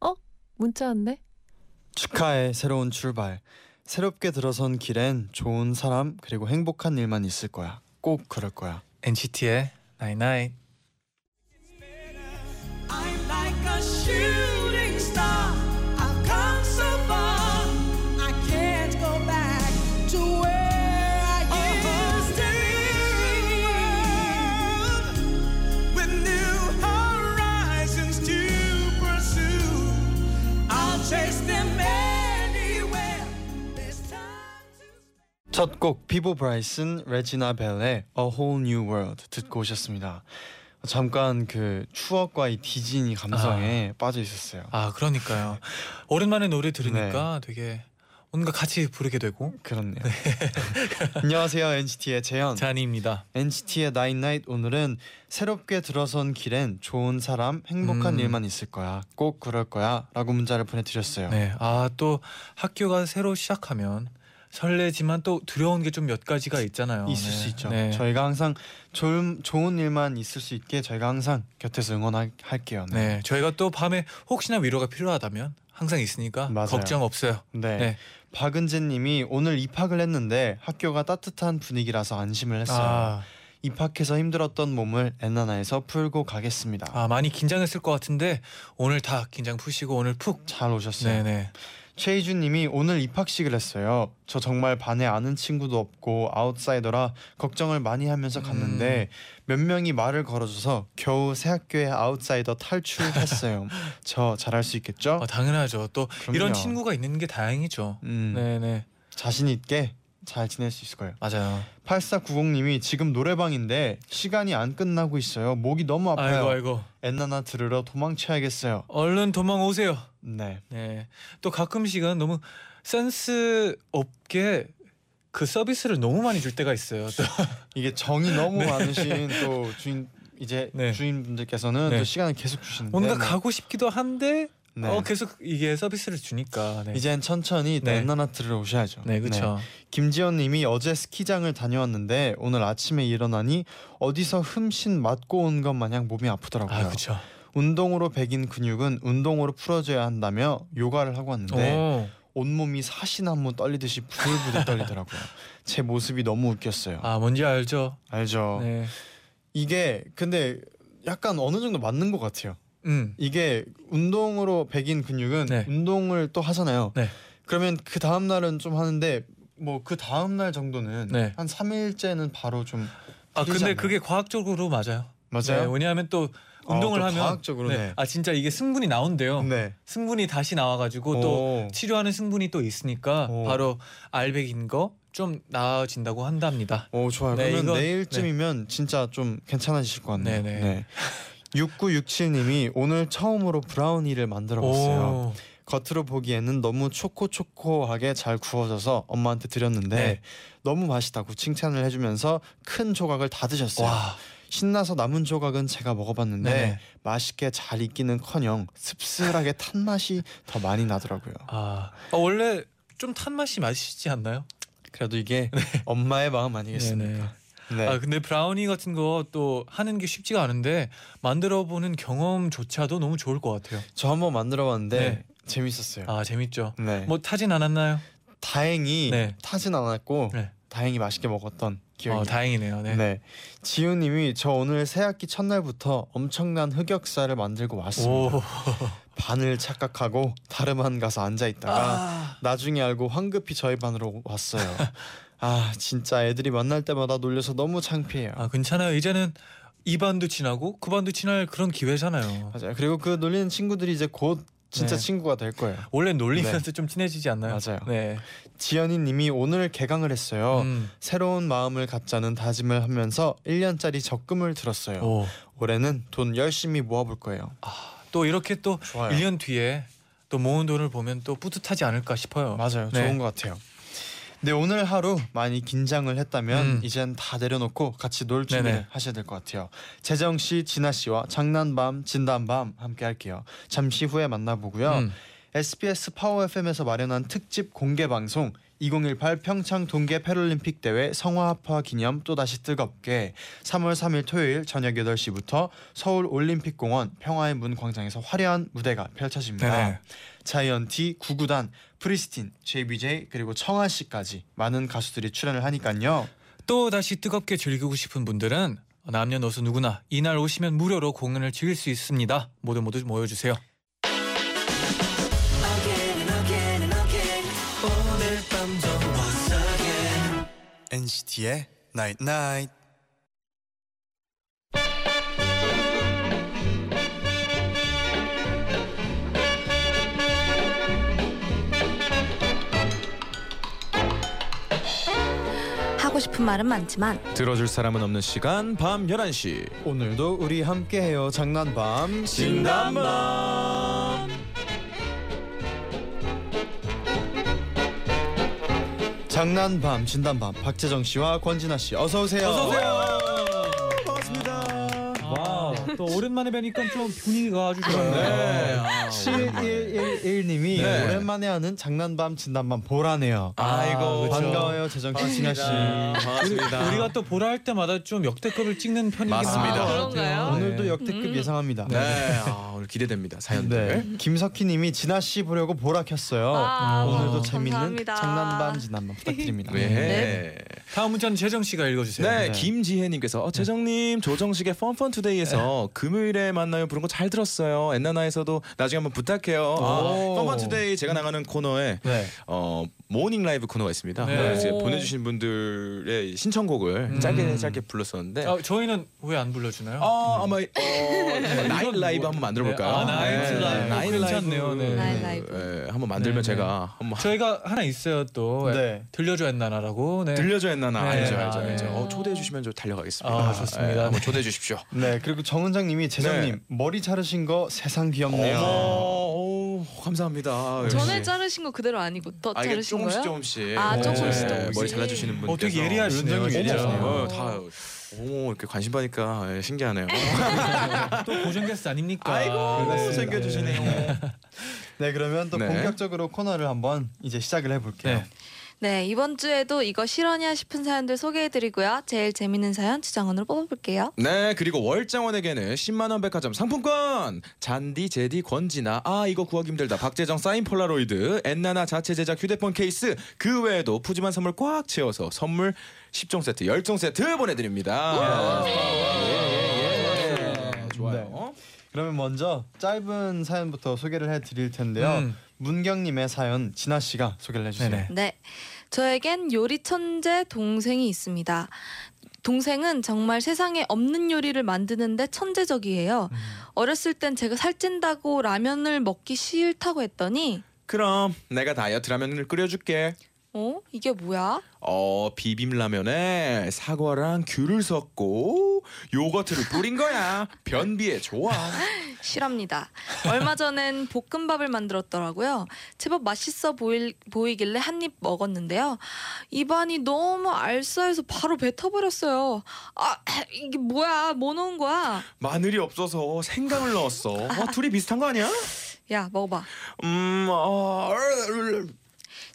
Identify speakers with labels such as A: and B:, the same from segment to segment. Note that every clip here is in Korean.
A: 어? 문자 왔네?
B: 축하해 새로운 출발. 새롭게 들어선 길엔 좋은 사람 그리고 행복한 일만 있을 거야. 꼭 그럴 거야.
C: NCT의 Night Night
D: I'm like a shooting star. I've come so far. I can't go back to where I used to be. With new horizons to pursue, I'll chase them anywhere. There's time to
B: 첫 곡 피보 브라이슨 레지나 벨의 A Whole New World 듣고 오셨습니다. 잠깐 그 추억과 이 디즈니 감성에 빠져 있었어요.
C: 아 그러니까요 오랜만에 노래 들으니까
B: 네.
C: 되게 뭔가 같이 부르게 되고
B: 그렇네요. 안녕하세요 NCT의 재현.
C: 잔이입니다
B: NCT의 나인나잇 오늘은 새롭게 들어선 길엔 좋은 사람 행복한
C: 음.
B: 일만 있을 거야 꼭 그럴 거야라고 문자를 보내드렸어요.
C: 네아 또 학교가 새로 시작하면 설레지만 또 두려운 게 좀 몇 가지가 있잖아요
B: 있을
C: 네.
B: 수 있죠.
C: 네.
B: 저희가 항상 좋은 좋은 일만 있을 수 있게 저희가 항상 곁에서 응원할게요.
C: 네 저희가 또 밤에 혹시나 위로가 필요하다면 항상 있으니까
B: 맞아요.
C: 걱정 없어요
B: 네.
C: 네.
B: 박은재님이 오늘 입학을 했는데 학교가 따뜻한 분위기라서 안심을 했어요.
C: 아,
B: 입학해서 힘들었던 몸을 엔나나에서 풀고 가겠습니다.
C: 아 많이 긴장했을 것 같은데 오늘 다 긴장 푸시고 오늘 푹
B: 잘 오셨어요.
C: 네네
B: 최희준님이 오늘 입학식을 했어요. 저 정말 반에 아는 친구도 없고 아웃사이더라 걱정을 많이
C: 음.
B: 하면서 갔는데 몇 명이 말을 걸어줘서 겨우 새 학교에 아웃사이더 탈출했어요. 저 잘할 수 있겠죠?
C: 아, 당연하죠 또
B: 그럼요.
C: 이런 친구가 있는 게 다행이죠
B: 음,
C: 네네
B: 자신 있게 잘 지낼 수 있을 거예요.
C: 맞아요
B: 8490님이 지금 노래방인데 시간이 안 끝나고 있어요. 목이 너무 아파요.
C: 아이고 아이고
B: 엔나나 들으러 도망쳐야겠어요.
C: 얼른 도망 오세요
B: 네.
C: 네. 또 가끔씩은 너무 센스 없게 그 서비스를 너무 많이 줄 때가 있어요. 또
B: 이게 정이 너무 많으신 또 주인 이제
C: 네.
B: 주인분들께서는
C: 네.
B: 또 시간을 계속 주시는데
C: 뭔가
B: 네.
C: 가고 싶기도 한데
B: 네.
C: 어, 계속 이게 서비스를 주니까. 네.
B: 이젠 천천히
C: 네.
B: 엔나나 들으러 오셔야죠.
C: 네, 그렇죠.
B: 김지연님이 어제 스키장을 다녀왔는데 오늘 아침에 일어나니 어디서 흠씬 맞고 온 것 마냥 몸이 아프더라고요.
C: 아, 그렇죠.
B: 운동으로 배긴 근육은 운동으로 풀어줘야 한다며 요가를 하고 왔는데
C: 오.
B: 온몸이 사시나무 떨리듯이 부들부들 떨리더라고요. 제 모습이 너무 웃겼어요.
C: 아, 뭔지 알죠?
B: 알죠.
C: 네.
B: 이게 근데 약간 어느 정도 맞는 것 같아요.
C: 음.
B: 이게 운동으로 배긴 근육은
C: 네.
B: 운동을 또 하잖아요.
C: 네.
B: 그러면 그 다음 날은 좀 하는데 뭐 그 다음 날 정도는
C: 네.
B: 한 3일째는 바로 좀
C: 아,
B: 풀리지
C: 근데
B: 않나요?
C: 그게 과학적으로 맞아요. 네,
B: 맞아요.
C: 왜냐하면 또
B: 아,
C: 운동을
B: 또
C: 하면
B: 과학적으로
C: 네.
B: 네.
C: 아, 진짜 이게 승분이 나온대요.
B: 네.
C: 승분이 다시 나와 가지고 또
B: 오.
C: 치료하는 승분이 또 있으니까
B: 오.
C: 바로 알백인 거 좀 나아진다고 한답니다.
B: 오 좋아요.
C: 네,
B: 그러면
C: 이건-
B: 내일쯤이면 진짜 좀 괜찮아지실 것 네. 같네요.
C: 네네.
B: 6967님이 오늘 처음으로 브라우니를 만들어 봤어요. 겉으로 보기에는 너무 초코초코하게 잘 구워져서 엄마한테 드렸는데
C: 네.
B: 너무 맛있다고 칭찬을 해주면서 큰 조각을 다 드셨어요.
C: 와.
B: 신나서 남은 조각은 제가 먹어봤는데
C: 네네.
B: 맛있게 잘 익기는커녕 씁쓸하게 탄 맛이 더 많이 나더라고요.
C: 아, 아, 원래 좀 탄 맛이 맛있지 않나요?
B: 그래도 이게 엄마의 마음 아니겠습니까? 네.
C: 아 근데 브라우니 같은 거 또 하는 게 쉽지가 않은데 만들어 보는 경험조차도 너무 좋을 것 같아요.
B: 저 한번 만들어봤는데
C: 네.
B: 재밌었어요.
C: 아 재밌죠.
B: 네.
C: 뭐 타진 않았나요?
B: 다행히
C: 네.
B: 타진 않았고
C: 네.
B: 다행히 맛있게 먹었던 어, 기억이
C: 어
B: 나요.
C: 다행이네요. 네.
B: 네. 지우님이 저 오늘 새 학기 첫날부터 엄청난 흑역사를 만들고 왔습니다.
C: 오.
B: 반을 착각하고 다른 반 가서 앉아 있다가
C: 아.
B: 나중에 알고 황급히 저희 반으로 왔어요. 아 진짜 애들이 만날 때마다 놀려서 너무 창피해요.
C: 아 괜찮아요. 이제는 이 반도 지나고 그 반도 지날 그런 기회잖아요.
B: 맞아요. 그리고 그 놀리는 친구들이 이제 곧 진짜
C: 네.
B: 친구가 될 거예요.
C: 원래 놀리면서 좀 친해지지 않나요?
B: 네. 맞아요.
C: 네.
B: 지연이님이 오늘 개강을 했어요.
C: 음.
B: 새로운 마음을 갖자는 다짐을 하면서 1년짜리 적금을 들었어요.
C: 오.
B: 올해는 돈 열심히 모아볼 거예요.
C: 또 이렇게 또
B: 좋아요.
C: 1년 뒤에
E: 또 모은 돈을 보면 또 뿌듯하지 않을까 싶어요.
B: 맞아요.
E: 네.
B: 좋은 것 같아요. 네 오늘 하루 많이 긴장을 했다면
E: 음.
B: 이젠 다 내려놓고 같이 놀 준비를
E: 네네.
B: 하셔야 될 것 같아요. 재정 씨, 진아 씨와 장난밤, 진담밤 함께 할게요. 잠시 후에 만나보고요.
E: 음.
B: SBS 파워 FM에서 마련한 특집 공개 방송 2018 평창 동계 패럴림픽 대회 성화합화 기념 또다시 뜨겁게 3월 3일 토요일 저녁 8시부터 서울 올림픽공원 평화의 문 광장에서 화려한 무대가 펼쳐집니다.
E: 네네.
B: 자이언티, 구구단, 프리스틴, JBJ 그리고 청아 씨까지 많은 가수들이 출연을 하니까요.
E: 또 다시 뜨겁게 즐기고 싶은 분들은 남녀노소 누구나 이날 오시면 무료로 공연을 즐길 수 있습니다. 모두 모두 모여주세요.
F: Again and again and again.
E: 오늘 밤도 once again.
B: NCT의 Night Night.
G: 하고 싶은 말은 많지만
D: 들어줄 사람은 없는 시간 밤 11시
B: 오늘도 우리 함께 해요. 장난밤
D: 진담밤
B: 장난밤 진담밤 박재정 씨와 권진아 씨 어서 오세요.
E: 어서 오세요.
B: 반갑습니다.
E: 아, 와우. 또 오랜만에 뵈니까 좀 분위기가 아주 좋아요.
D: 네. 아,
B: 7111님이
D: 네.
B: 오랜만에 하는 장난밤 진담밤 보라네요.
D: 아이고
C: 그렇죠.
B: 반가워요 재정 씨 진아 씨.
D: 반갑습니다
E: 그렇죠. 우리가 또 보라 할 때마다 좀 역대급을 찍는 편이긴
D: 맞습니다.
E: 한
D: 아,
E: 것 같아요. 네.
B: 오늘도 역대급
G: 음.
B: 예상합니다.
D: 네 아, 오늘 기대됩니다
B: 네.
D: 사연들
B: 김석희님이 진아 씨 보려고 보라 켰어요.
G: 아,
B: 오늘도
G: 어,
B: 재밌는
G: 감사합니다.
B: 장난밤 진담밤 부탁드립니다.
D: 네. 네.
E: 다음 문자는 재정 씨가 읽어주세요.
D: 네, 김지혜님께서 어, 재정님 조정식의 펀펀
E: 네.
D: 투데이에서 금요일에 만나요 부른 거 잘 들었어요. 엔나나에서도 나중에 한번 부탁해요.
E: 오.
D: 아, 펀펀 투데이 제가 나가는 코너에
E: 네.
D: 어, 모닝 라이브 코너가 있습니다.
E: 네. 음.
D: 그래서 이제
G: 오.
D: 보내주신 분들의 신청곡을 짧게 짧게 불렀었는데
E: 아, 저희는 왜 안 불러주나요?
D: 아 아마 어, 나이 라이브 한번 만들어 볼까요?
E: 뭐
D: 네.
E: 아, 나이트 라이브. 괜찮네요, 네.
G: 나이 라이브.
D: 예, 한번 만들면
E: 네, 네.
D: 제가 한번
E: 저희가 하나 있어요 또
B: 네.
E: 들려줘야 나나라고. 네.
D: 들려줘야 했나 나
E: 네.
D: 알죠
E: 아,
D: 알죠
E: 네.
D: 알죠. 어, 초대해 주시면 저 달려가겠습니다.
E: 아, 좋습니다.
D: 예,
E: 네.
D: 한번 초대해 주십시오.
B: 네 그리고 정은장님이 재정님 머리 자르신 거 세상 귀엽네요.
D: 어머, 오,
E: 아,
D: 감사합니다. 역시.
G: 아, 전에 자르신 거 그대로 아니고 또
D: 아, 이게
G: 자르신
D: 조금씩
G: 거예요?
D: 조금씩.
G: 아, 조금씩,
D: 네,
G: 조금씩.
D: 머리 잘라주시는 분.
E: 어, 되게 예리하시네요,
D: 어머,
E: 진짜.
D: 어, 다 어머 이렇게 관심 받니까 예, 신기하네요.
E: 아, 또 고정 게스트 아닙니까?
G: 네.
D: 아이고
E: 그렇습니다.
D: 챙겨주시네요.
B: 네 그러면 또
D: 네.
B: 본격적으로 코너를 한번 이제 시작을 해볼게요.
E: 네.
G: 네 이번 주에도 이거 실화냐 싶은 사연들 소개해드리고요. 제일 재밌는 사연 주장원으로 뽑아볼게요.
D: 네 그리고 월장원에게는 10만 원 백화점 상품권 잔디 제디 권지나 아 이거 구하기 힘들다 박재정 사인 폴라로이드 엔나나 자체 제작 휴대폰 케이스 그 외에도 푸짐한 선물 꽉 채워서 선물 10종 세트 10종 세트 보내드립니다 예, 좋아요
B: 그러면 먼저 짧은 사연부터 소개를 해드릴 텐데요.
E: 음.
B: 문경님의 사연 진아 씨가 소개를 해주세요.
E: 네네.
G: 네. 저에겐 요리 천재 동생이 있습니다. 동생은 정말 세상에 없는 요리를 만드는데 천재적이에요.
D: 음.
G: 어렸을 땐 제가 살찐다고 라면을 먹기 싫다고 했더니
D: 그럼 내가 다이어트 라면을 끓여줄게
G: 어? 이게 뭐야?
D: 어 비빔라면에 사과랑 귤을 섞고 요거트를 뿌린 거야 변비에 좋아
G: 실합니다. 얼마 전엔 볶음밥을 만들었더라고요. 제법 맛있어 보일, 보이길래 한 입 먹었는데요. 입안이 너무 알싸해서 바로 뱉어버렸어요. 아, 이게 뭐야? 뭐 넣은 거야?
D: 마늘이 없어서 생강을 넣었어 어, 둘이 비슷한 거 아니야?
G: 야, 먹어봐.
D: 음, 어,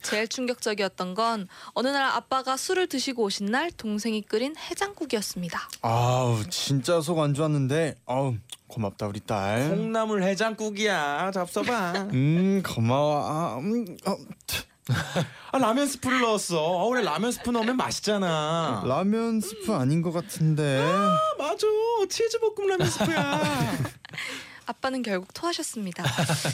G: 제일 충격적이었던 건 어느 날 아빠가 술을 드시고 오신 날 동생이 끓인 해장국이었습니다.
B: 아우 진짜 속 안 좋았는데 아우 고맙다 우리 딸.
D: 콩나물 해장국이야. 잡숴봐.
B: 음 고마워. 아, 음, 어, 트.
D: 아, 라면 스프를 넣었어. 어, 원래 라면 스프 넣으면 맛있잖아.
B: 라면 스프 아닌 것 같은데.
D: 아, 맞아. 치즈 볶음 라면 스프야.
G: 아빠는 결국 토하셨습니다.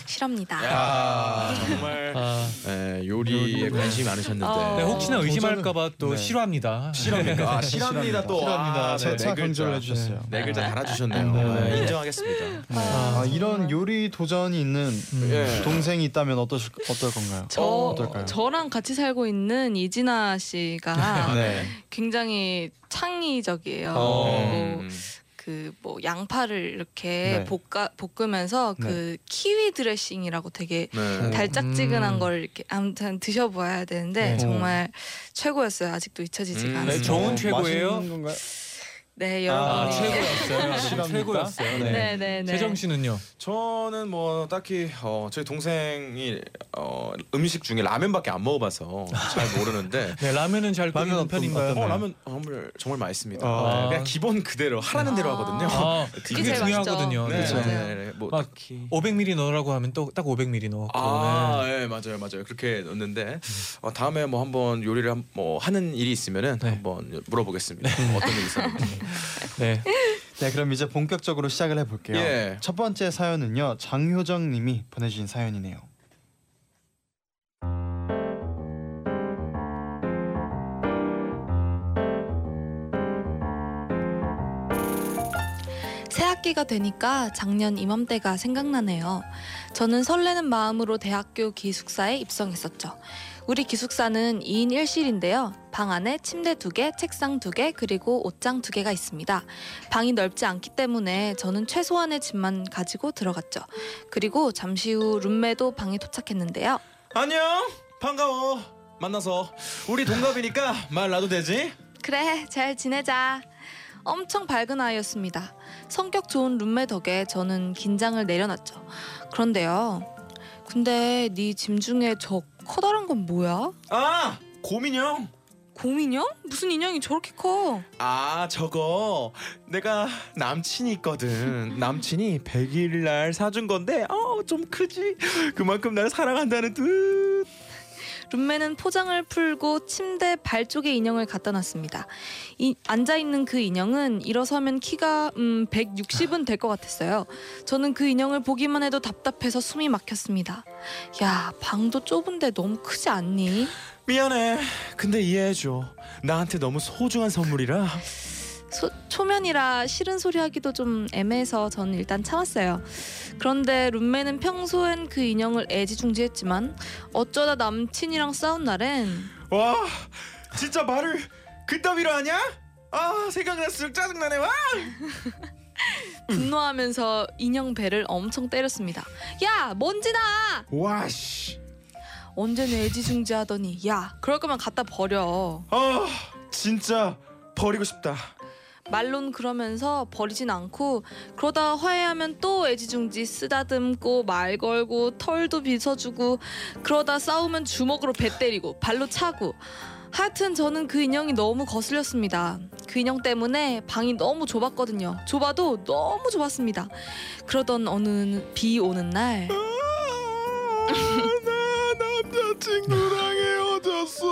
G: 실합니다.
D: 야, 정말
E: 아,
D: 에, 예, 요리에 관심이 많으셨는데.
G: 어.
E: 네, 혹시나
B: 어,
E: 의심할까봐 또
B: 네.
E: 싫어합니다.
D: 실합니까? 아,
C: 네.
D: 실합니다 또.
B: 실합니다.
D: 아, 네,
B: 재차
D: 네
B: 강조를
D: 글자.
B: 해주셨어요.
D: 네 글자 달아주셨네요.
B: 네.
D: 네, 인정하겠습니다.
B: 아,
E: 네.
B: 이런 요리 도전이 있는
E: 음.
D: 예.
B: 동생이 있다면 어떠실 어떨 건가요?
G: 저
B: 어떨까요?
G: 저랑 같이 살고 있는 이진아 씨가
B: 네.
G: 굉장히 창의적이에요.
D: 어.
E: 음.
G: 뭐, 그 그 뭐 양파를
B: 네.
G: 이렇게 볶아 볶으면서
B: 네.
G: 그 키위 드레싱이라고 되게
D: 네.
B: 오.
G: 달짝지근한
A: 음.
G: 걸 이렇게 아무튼 드셔봐야 되는데
B: 네.
G: 정말 최고였어요. 아직도 잊혀지지가
D: 음, 네,
G: 않습니다.
D: 좋은 최고예요?
B: 맛있는 건가요?
G: 네,
D: 아,
G: 여러분이
B: 실합니까?
D: 최고였어요. 최고였어요. 네.
G: 네, 네, 네.
C: 세정 씨는요?
D: 저는 뭐 딱히 어, 저희 동생이 어, 음식 중에 라면밖에 안 먹어봐서 잘 모르는데
C: 네 라면은 잘
B: 라면
C: 끓이는
B: 어떤-
C: 편인가요?
B: 어떤
D: 어, 라면 정말 정말 맛있습니다.
B: 아.
D: 네, 그냥 기본 그대로 하라는 대로 하거든요.
C: 아,
G: 그게
C: 이게
G: 제일 맛있죠.
C: 중요하거든요.
D: 네,
C: 네.
G: 그쵸.
D: 네, 네, 네. 뭐
C: 막
D: 딱히
C: 500ml 넣으라고 하면 또 딱 500ml 넣고.
D: 아, 예, 맞아요, 맞아요. 그렇게 넣는데 어, 다음에 뭐 한번 요리를 한, 뭐 하는 일이 있으면은
C: 네.
D: 한번 물어보겠습니다. 어떤 일이 있었는지.
C: 네. 네.
B: 네, 그럼 이제 본격적으로 시작을 해볼게요.
D: 예.
B: 첫 번째 사연은요 장효정님이 보내주신 사연이네요.
G: 새 학기가 되니까 작년 이맘때가 생각나네요. 저는 설레는 마음으로 대학교 기숙사에 입성했었죠. 우리 기숙사는 2인 1실인데요. 방 안에 침대 2개, 책상 2개, 그리고 옷장 2개가 있습니다. 방이 넓지 않기 때문에 저는 최소한의 짐만 가지고 들어갔죠. 그리고 잠시 후 룸메도 방에 도착했는데요.
D: 안녕, 반가워. 만나서 우리 동갑이니까 말 나도 되지?
G: 그래, 잘 지내자. 엄청 밝은 아이였습니다. 성격 좋은 룸메 덕에 저는 긴장을 내려놨죠. 그런데요. 근데 네 짐 중에 저 커다란 건 뭐야?
D: 아, 고민형.
G: 곰인형? 무슨 인형이 저렇게 커?
D: 아 저거 내가 남친이 있거든 남친이 100일 날 사준 건데 어 좀 크지 그만큼 날 사랑한다는 뜻
G: 룸메는 포장을 풀고 침대 발 쪽에 인형을 갖다 놨습니다. 이- 앉아 있는 그 인형은 일어서면 키가 음, 160은 될 것 같았어요. 저는 그 인형을 보기만 해도 답답해서 숨이 막혔습니다. 야 방도 좁은데 너무 크지 않니?
D: 미안해 근데 이해해줘 나한테 너무 소중한 선물이라
G: 소- 초면이라 싫은 소리 하기도 좀 애매해서 저는 일단 참았어요. 그런데 룸메는 평소엔 그 인형을 애지중지했지만 어쩌다 남친이랑 싸운 날엔
D: 와 진짜 말을 그따위로 하냐? 아 생각날수록 짜증나네 와
G: 분노하면서 인형 배를 엄청 때렸습니다. 야 먼지나
D: 와씨
G: 언제 내 애지중지하더니 야 그럴 거면 갖다 버려.
D: 아 진짜 버리고 싶다
G: 말론 그러면서 버리진 않고 그러다 화해하면 또 애지중지 쓰다듬고 말 걸고 털도 빗어주고 그러다 싸우면 주먹으로 배 때리고 발로 차고 하여튼 저는 그 인형이 너무 거슬렸습니다. 그 인형 때문에 방이 너무 좁았거든요. 좁아도 너무 좁았습니다. 그러던 어느 비 오는 날
D: 나 남자친구랑 헤어졌어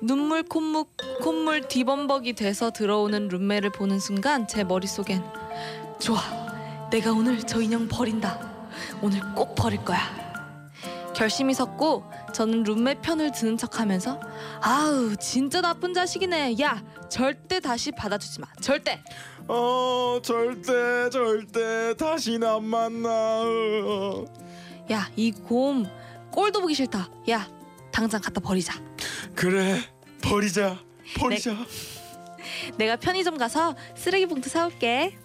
G: 눈물 콧물, 콧물 뒤범벅이 돼서 들어오는 룸메를 보는 순간 제 머릿속엔 좋아 내가 오늘 저 인형 버린다 오늘 꼭 버릴 거야 결심이 섰고 저는 룸메 편을 드는 척하면서 아우 진짜 나쁜 자식이네 야 절대 다시 받아주지 마 절대
D: 어 절대 절대 다신 안 만나 으, 어.
G: 야 이 곰 꼴도 보기 싫다 야 당장 갖다 버리자
D: 그래 버리자 버리자
G: 내가 편의점 가서 쓰레기 봉투 사올게.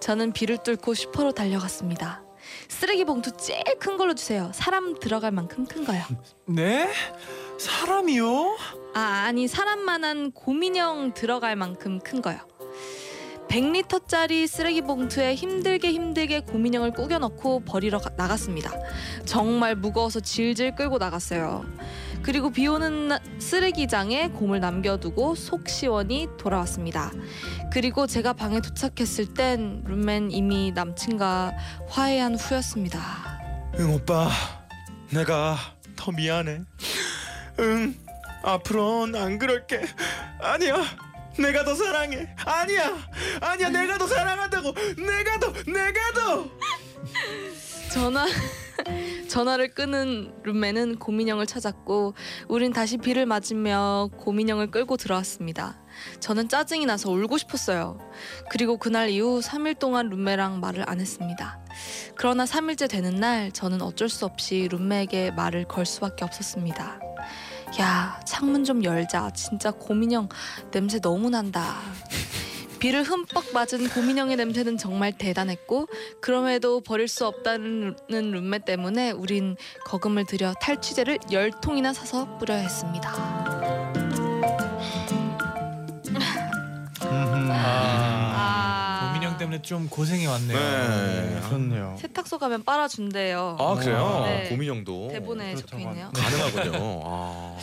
G: 저는 비를 뚫고 슈퍼로 달려갔습니다. 쓰레기 봉투 제일 큰 걸로 주세요. 사람 들어갈 만큼 큰 거요.
C: 네? 사람이요?
G: 아 아니 사람만한 고민형 들어갈 만큼 큰 거요. 100리터짜리 쓰레기 봉투에 힘들게 힘들게 고민형을 꾸겨넣고 버리러 가- 나갔습니다. 정말 무거워서 질질 끌고 나갔어요. 그리고 비오는 나- 쓰레기장에 곰을 남겨두고 속 시원히 돌아왔습니다. 그리고 제가 방에 도착했을 땐 룸맨 이미 남친과 화해한 후였습니다.
D: 응 오빠 내가 더 미안해 응 앞으론 안 그럴게 아니야 내가 더 사랑해 아니야 아니야 내가 더 사랑한다고 내가 더 내가 더
G: 전화 전화를 끄는 룸메는 고민형을 찾았고 우린 다시 비를 맞으며 고민형을 끌고 들어왔습니다. 저는 짜증이 나서 울고 싶었어요. 그리고 그날 이후 3일 동안 룸메랑 말을 안 했습니다. 그러나 3일째 되는 날 저는 어쩔 수 없이 룸메에게 말을 걸 수밖에 없었습니다. 야, 창문 좀 열자. 진짜 고민형 냄새 너무 난다. 비를 흠뻑 맞은 고민형의 냄새는 정말 대단했고 그럼에도 버릴 수 없다는 룸- 룸메 때문에 우린 거금을 들여 탈취제를 열 통이나 사서 뿌려야 했습니다.
B: 음흠.
G: 아,
C: 고민형 때문에 좀 고생이 왔네요.
D: 네.
B: 그렇네요.
G: 세탁소 가면 빨아준대요.
D: 아 그래요?
G: 네.
D: 고민형도
G: 대본에 적혀
B: 그렇다고
G: 있네요.
D: 가능하군요. 아.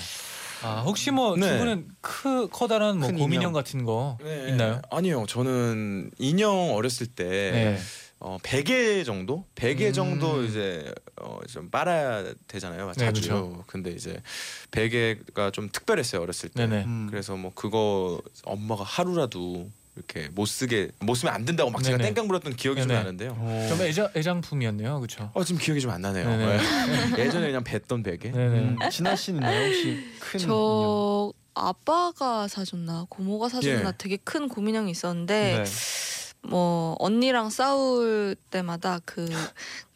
C: 아 혹시 뭐 두
D: 네.
C: 분은 크 커다란 뭐
B: 큰
C: 고민형
B: 인형.
C: 같은 거
D: 네.
C: 있나요?
D: 아니요, 저는 인형 어렸을 때
C: 네.
D: 어, 베개 정도, 베개
C: 음.
D: 정도 이제 어, 좀 빨아야 되잖아요,
C: 네,
D: 자주.
C: 그쵸.
D: 근데 이제 베개가 좀 특별했어요 어렸을 때.
C: 네네.
B: 음.
D: 그래서 뭐 그거 엄마가 하루라도 이렇게 못 쓰게 못 쓰면 안 된다고 막 제가
C: 네네.
D: 땡깡 부렸던 기억이 좀
C: 네네.
D: 나는데요.
B: 어.
C: 좀 애장 애장품이었네요, 그렇죠?
D: 어 지금 기억이 좀 안 나네요.
C: 네네.
D: 예전에 그냥 뱉던 베개.
C: 네네.
B: 음, 진아 씨는 나요? 혹시 큰 인형?
G: 저 아빠가 사줬나 고모가 사줬나
D: 예.
G: 되게 큰 고민형이
B: 네.
G: 있었는데 뭐 언니랑 싸울 때마다 그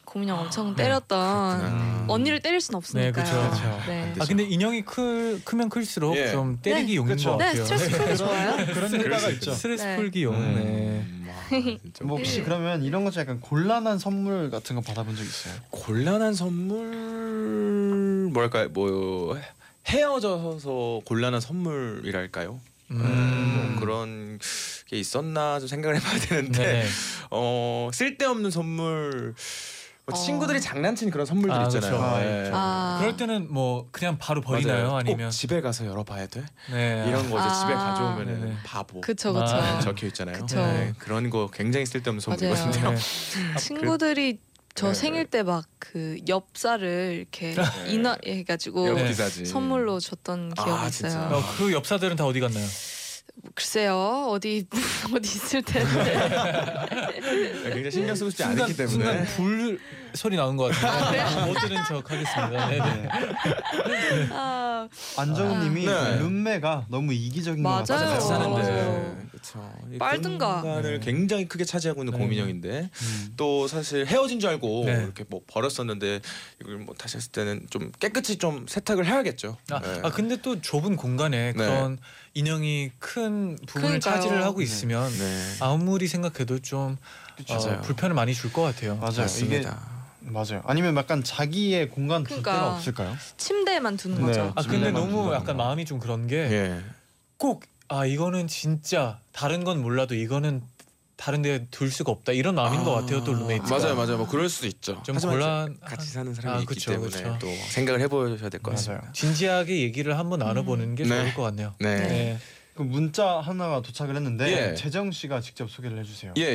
G: 고민형 엄청 때렸던
B: 음.
D: 그렇구나.
G: 언니를 때릴 순 없으니까요.
C: 네, 그쵸,
D: 그쵸.
G: 네.
C: 아 근데 인형이 클 크면 클수록
D: 예.
C: 좀 때리기
G: 네.
C: 용인
B: 그쵸.
C: 것
G: 네,
C: 같아요. 그렇죠.
G: 스트레스 풀기 좋아요.
B: 그런 일화가 있죠.
C: 스트레스
G: 네.
C: 풀기용. 네.
D: 음, 아, 진짜.
B: 뭐 혹시 그러면 이런 거좀 약간 곤란한 선물 같은 거 받아본 적 있어요?
D: 곤란한 선물 뭐랄까요 뭐 헤- 헤어져서 곤란한 선물이랄까요
C: 음.
D: 뭐 그런 게 있었나 좀 생각을 해봐야 되는데
C: 네네.
D: 어 쓸데없는 선물 뭐
G: 어.
D: 친구들이 장난친 그런 선물들
C: 아,
D: 있잖아요
C: 그쵸.
D: 예.
C: 그쵸.
G: 아,
C: 그럴 때는 뭐 그냥 바로 버리나요?
D: 맞아요.
C: 아니면
D: 꼭 집에 가서 열어봐야 돼
C: 네.
D: 이런 거 이제
G: 아.
D: 집에 가져오면 은
C: 네네.
D: 바보
G: 그쵸 그쵸.
C: 아,
D: 적혀 있잖아요
G: 그쵸.
D: 네, 그런 거 굉장히 쓸데없는
G: 맞아요.
D: 선물이거든요
C: 네.
G: 친구들이 저
D: 네.
G: 생일 때 막 그 엽사를 이렇게
D: 네.
G: 인화해가지고
C: 엽기
D: 기사지
G: 선물로 줬던
D: 네. 아,
G: 기억이
D: 진짜?
G: 있어요.
C: 어, 그 엽사들은 다 어디 갔나요?
G: 글쎄요 어디 어디 있을 텐데.
D: 아, 굉장히 신경 쓰고 싶지
C: 순간,
D: 않기 때문에 네.
C: 순간 불 소리 나온 것
G: 네.
C: 같은데 못 들은 척 하겠습니다. 네네.
B: 네.
G: 아,
B: 안정우님이
D: 네.
B: 룸메가 너무 이기적인
G: 맞아요.
B: 것 같아요.
D: 같이
G: 맞아요.
D: 사는데 그쵸. 이
G: 빨든가.
D: 공간을
C: 네.
D: 굉장히 크게 차지하고 있는
C: 네.
D: 고민형인데
B: 음.
D: 또 사실 헤어진 줄 알고
C: 네.
D: 이렇게 뭐 버렸었는데 이걸 뭐 다시 했을 때는 좀 깨끗이 좀 세탁을 해야겠죠.
C: 아,
D: 네.
C: 아 근데 또 좁은
D: 네.
C: 공간에 그런 인형이 큰 부분을
G: 그러니까요.
C: 차지를 하고
B: 네.
C: 있으면
D: 네.
C: 아무리 생각해도 좀 어,
D: 맞아요.
C: 불편을 많이 줄 것 같아요.
B: 맞아요.
D: 맞습니다.
B: 이게 맞아요. 아니면 약간 자기의 공간 둘
G: 그러니까.
B: 데가 없을까요?
G: 침대에만 두는
B: 네.
G: 거죠.
C: 아 근데
B: 집에만
C: 너무
B: 두는
C: 약간
B: 거.
C: 마음이 좀 그런 게
D: 예.
C: 꼭 아 이거는 진짜 다른 건 몰라도 이거는 다른 데 둘 수가 없다 이런 마음인
D: 아,
C: 것 같아요 또 룸메이트가
D: 맞아요, 맞아요. 뭐 그럴 수도 있죠.
C: 좀
D: 하지만
C: 곤란
D: 같이 사는 사람이
C: 아,
D: 있기
C: 그쵸,
D: 때문에
C: 그쵸.
D: 또 생각을 해보셔야 될 것 같습니다.
B: 맞아요.
C: 진지하게 얘기를 한번 나눠보는 게
D: 네.
C: 좋을 것 같네요
D: 네.
C: 네.
B: 그 문자 하나가 도착을 했는데
D: 예.
B: 재정 씨가 직접 소개를 해주세요.
D: 예,